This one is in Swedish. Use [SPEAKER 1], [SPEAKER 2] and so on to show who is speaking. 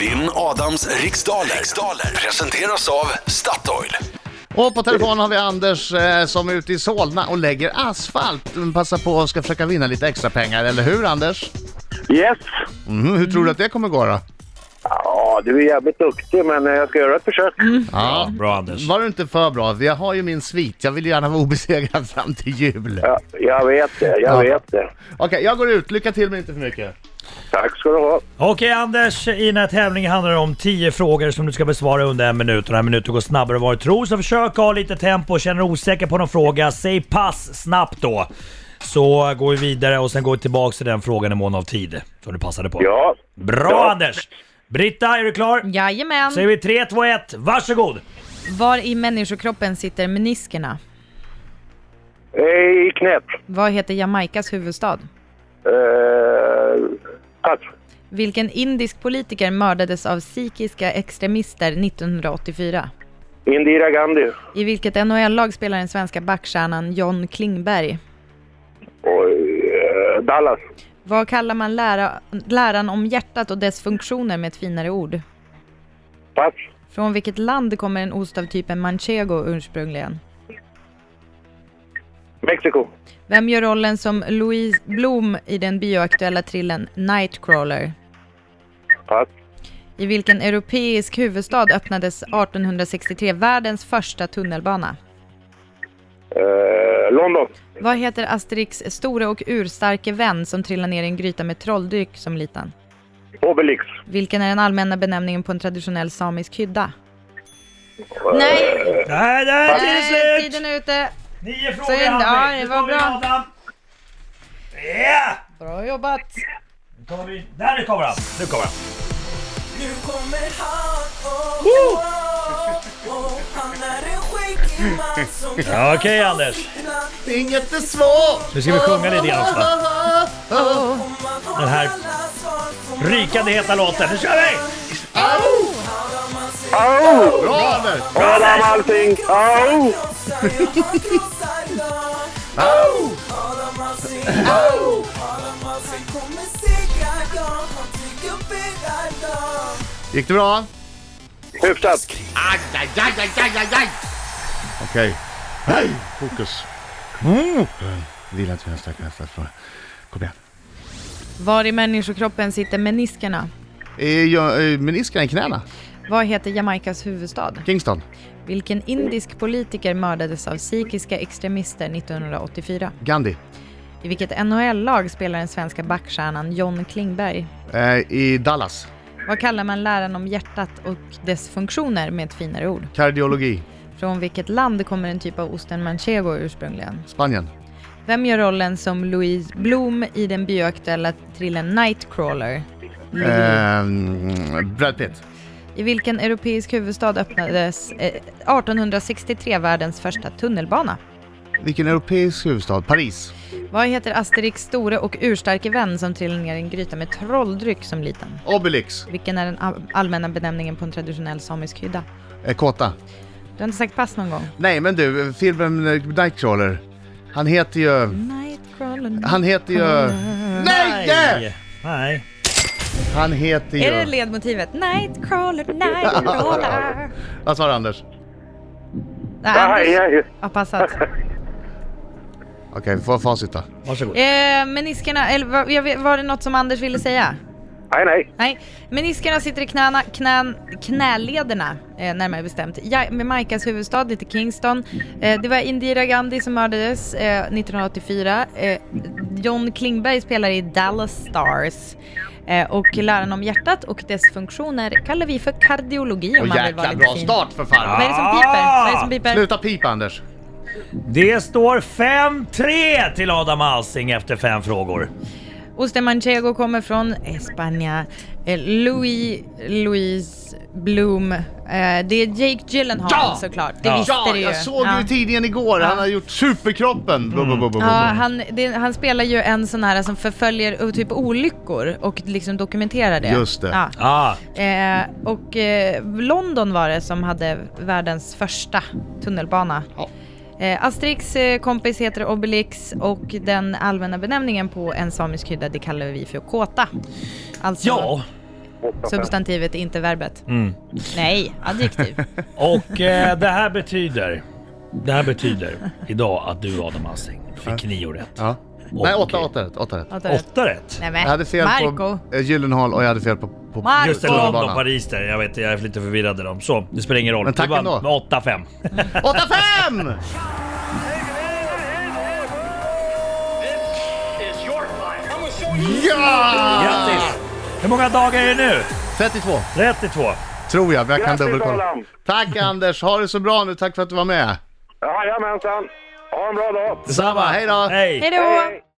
[SPEAKER 1] Vinn Adams riksdaler. riksdaler presenteras av Statoil.
[SPEAKER 2] Och på telefon har vi Anders eh, som är ute i Solna och lägger asfalt. Men Passar på och ska försöka vinna lite extra pengar, eller hur Anders?
[SPEAKER 3] Yes!
[SPEAKER 2] Mhm, hur tror du att det kommer gå då?
[SPEAKER 3] Ja, du är jävligt duktig, men eh, jag ska göra ett försök.
[SPEAKER 2] Ja.
[SPEAKER 4] Bra Anders.
[SPEAKER 2] Var du inte för bra? Jag har ju min svit. Jag vill ju gärna vara obesegrad fram till jul.
[SPEAKER 3] Ja, jag vet det, jag
[SPEAKER 2] Ja.
[SPEAKER 3] vet det.
[SPEAKER 2] Okej, jag går ut. Lycka till men inte för mycket.
[SPEAKER 3] Tack ska du ha.
[SPEAKER 4] Okej Anders, i den här tävlingen handlar det om 10 frågor som du ska besvara under en minut. Och den här minuten går snabbare än vad du tror, så försök ha lite tempo. Känner du osäker på någon fråga, säg pass snabbt då. Så går vi vidare och sen går vi tillbaka till den frågan i mån av tid. Som du passade på.
[SPEAKER 3] Ja,
[SPEAKER 4] Bra
[SPEAKER 3] Ja.
[SPEAKER 4] Anders! Britta, är du klar?
[SPEAKER 5] Jajamän.
[SPEAKER 4] Säger vi 3, 2, 1, varsågod!
[SPEAKER 5] Var i människokroppen sitter meniskerna?
[SPEAKER 3] Eh, i knät.
[SPEAKER 5] Vad heter Jamaikas huvudstad?
[SPEAKER 3] Eh, pass.
[SPEAKER 5] Vilken indisk politiker mördades av sikhiska extremister 1984?
[SPEAKER 3] Indira Gandhi.
[SPEAKER 5] I vilket NHL-lag spelar den svenska backstjärnan John Klingberg?
[SPEAKER 3] Och, eh, Dallas.
[SPEAKER 5] Vad kallar man lära, läran om hjärtat och dess funktioner med ett finare ord?
[SPEAKER 3] Pass.
[SPEAKER 5] Från vilket land kommer en ost av typen manchego ursprungligen?
[SPEAKER 3] Mexiko.
[SPEAKER 5] Vem gör rollen som Louise Blom i den bioaktuella thrillern Nightcrawler?
[SPEAKER 3] Pass.
[SPEAKER 5] I vilken europeisk huvudstad öppnades 1863 världens första tunnelbana?
[SPEAKER 3] Eh, London.
[SPEAKER 5] Vad heter Asterix stora och urstarke vän som trillar ner i en gryta med trolldryck som liten?
[SPEAKER 3] Obelix.
[SPEAKER 5] Vilken är den allmänna benämningen på en traditionell samisk hydda? Nej,
[SPEAKER 4] Nej, där Eh, är tiden
[SPEAKER 5] nej
[SPEAKER 4] slut!
[SPEAKER 5] tiden är ute.
[SPEAKER 4] Nio frågor
[SPEAKER 5] Synd,
[SPEAKER 4] Anders.
[SPEAKER 5] ja, det
[SPEAKER 4] Nu
[SPEAKER 5] var
[SPEAKER 4] tar vi
[SPEAKER 5] bra.
[SPEAKER 4] Adam. Ja!
[SPEAKER 5] Bra jobbat.
[SPEAKER 4] Nu tar vi... Där nu kommer han! Nu kommer han!
[SPEAKER 6] Nu kommer han, oh, oh, oh, oh. Han är en skäggig man som kan
[SPEAKER 4] Ja, okej, Anders.
[SPEAKER 6] fippla
[SPEAKER 2] Inget är svårt!
[SPEAKER 4] Nu ska vi sjunga lite grann också.
[SPEAKER 6] om man har
[SPEAKER 4] Den här
[SPEAKER 6] alla svar på
[SPEAKER 4] Rykande heta låten. Nu kör vi!
[SPEAKER 6] vad man säger.
[SPEAKER 3] Au!
[SPEAKER 2] Bra Anders!
[SPEAKER 3] Adam Alsing! Au!
[SPEAKER 6] Krossar, ja, han krossar dem.
[SPEAKER 2] Au!
[SPEAKER 6] Adam Alsing, oh. Adam Alsing kommer segra, ja. Han tycker bära dem.
[SPEAKER 2] Gick det bra?
[SPEAKER 3] Hyfsat.
[SPEAKER 2] Okej. Hej! Fokus. Mm. Vila till vänster, nästa fråga. Kom igen.
[SPEAKER 5] Var i människokroppen sitter meniskerna?
[SPEAKER 2] Är jag, är meniskerna eh, i knäna?
[SPEAKER 5] Vad heter Jamaikas huvudstad?
[SPEAKER 2] Kingston?
[SPEAKER 5] Vilken indisk politiker mördades av sikhiska extremister 1984?
[SPEAKER 2] Gandhi?
[SPEAKER 5] I vilket NHL-lag spelar den svenska backstjärnan John Klingberg?
[SPEAKER 2] Eh, I Dallas?
[SPEAKER 5] Vad kallar man läran om hjärtat och dess funktioner med ett finare ord?
[SPEAKER 2] Kardiologi?
[SPEAKER 5] Från vilket land kommer en typ av osten manchego ursprungligen?
[SPEAKER 2] Spanien?
[SPEAKER 5] Vem gör rollen som Louise Bloom i den bioaktuella thrillern Nightcrawler? Mm.
[SPEAKER 2] Ehm, Brad Pitt?
[SPEAKER 5] I vilken europeisk huvudstad öppnades eh, 1863 världens första tunnelbana?
[SPEAKER 2] Vilken europeisk huvudstad? Paris?
[SPEAKER 5] Vad heter Asterix store och urstarke vän som trillar ner i en gryta med trolldryck som liten?
[SPEAKER 2] Obelix?
[SPEAKER 5] Vilken är den all- allmänna benämningen på en traditionell samisk hydda?
[SPEAKER 2] Eh, Kåta?
[SPEAKER 5] Du har inte sagt pass någon gång?
[SPEAKER 2] Nej men du, filmen eh, Nightcrawler. Han heter ju...
[SPEAKER 5] Nightcrawler.
[SPEAKER 2] Han heter ju... Nej!
[SPEAKER 4] Nej! Nej.
[SPEAKER 2] Han heter
[SPEAKER 5] Är det
[SPEAKER 2] ju...
[SPEAKER 5] ledmotivet? Nightcrawler, nightcrawler.
[SPEAKER 2] Vad sa du Anders?
[SPEAKER 5] Nej,
[SPEAKER 3] Aj,
[SPEAKER 5] Anders
[SPEAKER 3] aj.
[SPEAKER 5] har passat.
[SPEAKER 2] Okej, vi får facit då.
[SPEAKER 4] Varsågod.
[SPEAKER 5] Eh, meniskerna, eller var, jag vet, var det något som Anders ville säga?
[SPEAKER 3] Nej, nej.
[SPEAKER 5] Nej, meniskerna sitter i knäna, knän, knälederna eh, närmare bestämt. Ja, med Maikas huvudstad, lite Kingston. Eh, det var Indira Gandhi som mördades eh, 1984. Eh, John Klingberg spelar i Dallas Stars. Eh, och läran om hjärtat och dess funktioner kallar vi för kardiologi om
[SPEAKER 2] Och
[SPEAKER 5] man vill vara
[SPEAKER 2] jäkla
[SPEAKER 5] lite
[SPEAKER 2] bra
[SPEAKER 5] fin.
[SPEAKER 2] start Ah! för
[SPEAKER 5] Vad
[SPEAKER 2] fan!
[SPEAKER 5] är det som piper? Vad är det som piper?
[SPEAKER 2] Sluta pipa Anders!
[SPEAKER 4] Det står 5-3 till Adam Alsing efter fem frågor.
[SPEAKER 5] Osten Manchego kommer från Espanja. Eh, Louis, Louis Bloom. Eh, det är Jake Gyllenhaal
[SPEAKER 2] Ja!
[SPEAKER 5] såklart. Det
[SPEAKER 4] Ja.
[SPEAKER 5] visste
[SPEAKER 2] Ja,
[SPEAKER 5] du ju.
[SPEAKER 2] jag såg ju
[SPEAKER 5] Ja.
[SPEAKER 2] i tidningen igår, han har gjort superkroppen! Bu- bu- bu- bu- bu-
[SPEAKER 5] Ja, han, det, han spelar ju en sån här som förföljer oh, typ olyckor och liksom dokumenterar det.
[SPEAKER 2] Just det.
[SPEAKER 5] Ja.
[SPEAKER 4] Ah,
[SPEAKER 5] Eh, och eh, London var det som hade världens första tunnelbana.
[SPEAKER 2] Ja.
[SPEAKER 5] Eh, Asterix eh, kompis heter Obelix och den allmänna benämningen på en samisk hydda det kallar vi för kåta. Alltså
[SPEAKER 4] ja,
[SPEAKER 3] 8, 5.
[SPEAKER 5] Substantivet, inte verbet. Nej, adjektiv.
[SPEAKER 4] Och eh, det här betyder... Det här betyder idag att du Adam Alsing fick nio rätt.
[SPEAKER 2] Ja. Nej,
[SPEAKER 4] Och-
[SPEAKER 2] åtta, åtta rätt. Åtta rätt.
[SPEAKER 5] Åtta rätt.
[SPEAKER 4] Åtta rätt?
[SPEAKER 5] Nej,
[SPEAKER 2] Jag hade
[SPEAKER 5] men.
[SPEAKER 2] fel
[SPEAKER 5] Marco.
[SPEAKER 2] på eh, Gyllenhaal och jag hade fel på... på
[SPEAKER 5] Marco.
[SPEAKER 4] Just det,
[SPEAKER 5] Åtta.
[SPEAKER 4] London, Paris där. Jag vet, jag är lite förvirrad i dem. Så, det spelar ingen roll.
[SPEAKER 2] Men tack
[SPEAKER 4] du vann
[SPEAKER 2] ändå.
[SPEAKER 4] med 8-5.
[SPEAKER 2] 8-5! Ja!
[SPEAKER 4] Grattis! Hur många dagar är det nu?
[SPEAKER 2] 32,
[SPEAKER 4] 32.
[SPEAKER 2] tror jag, men jag kan
[SPEAKER 3] Grattis,
[SPEAKER 2] dubbelkolla.
[SPEAKER 3] Adam!
[SPEAKER 2] Tack Anders, ha det så bra nu. Tack för att du var med.
[SPEAKER 3] Jajamensan! Ha en bra dag!
[SPEAKER 2] Detsamma, hej då!
[SPEAKER 4] Hej!
[SPEAKER 5] Hej då!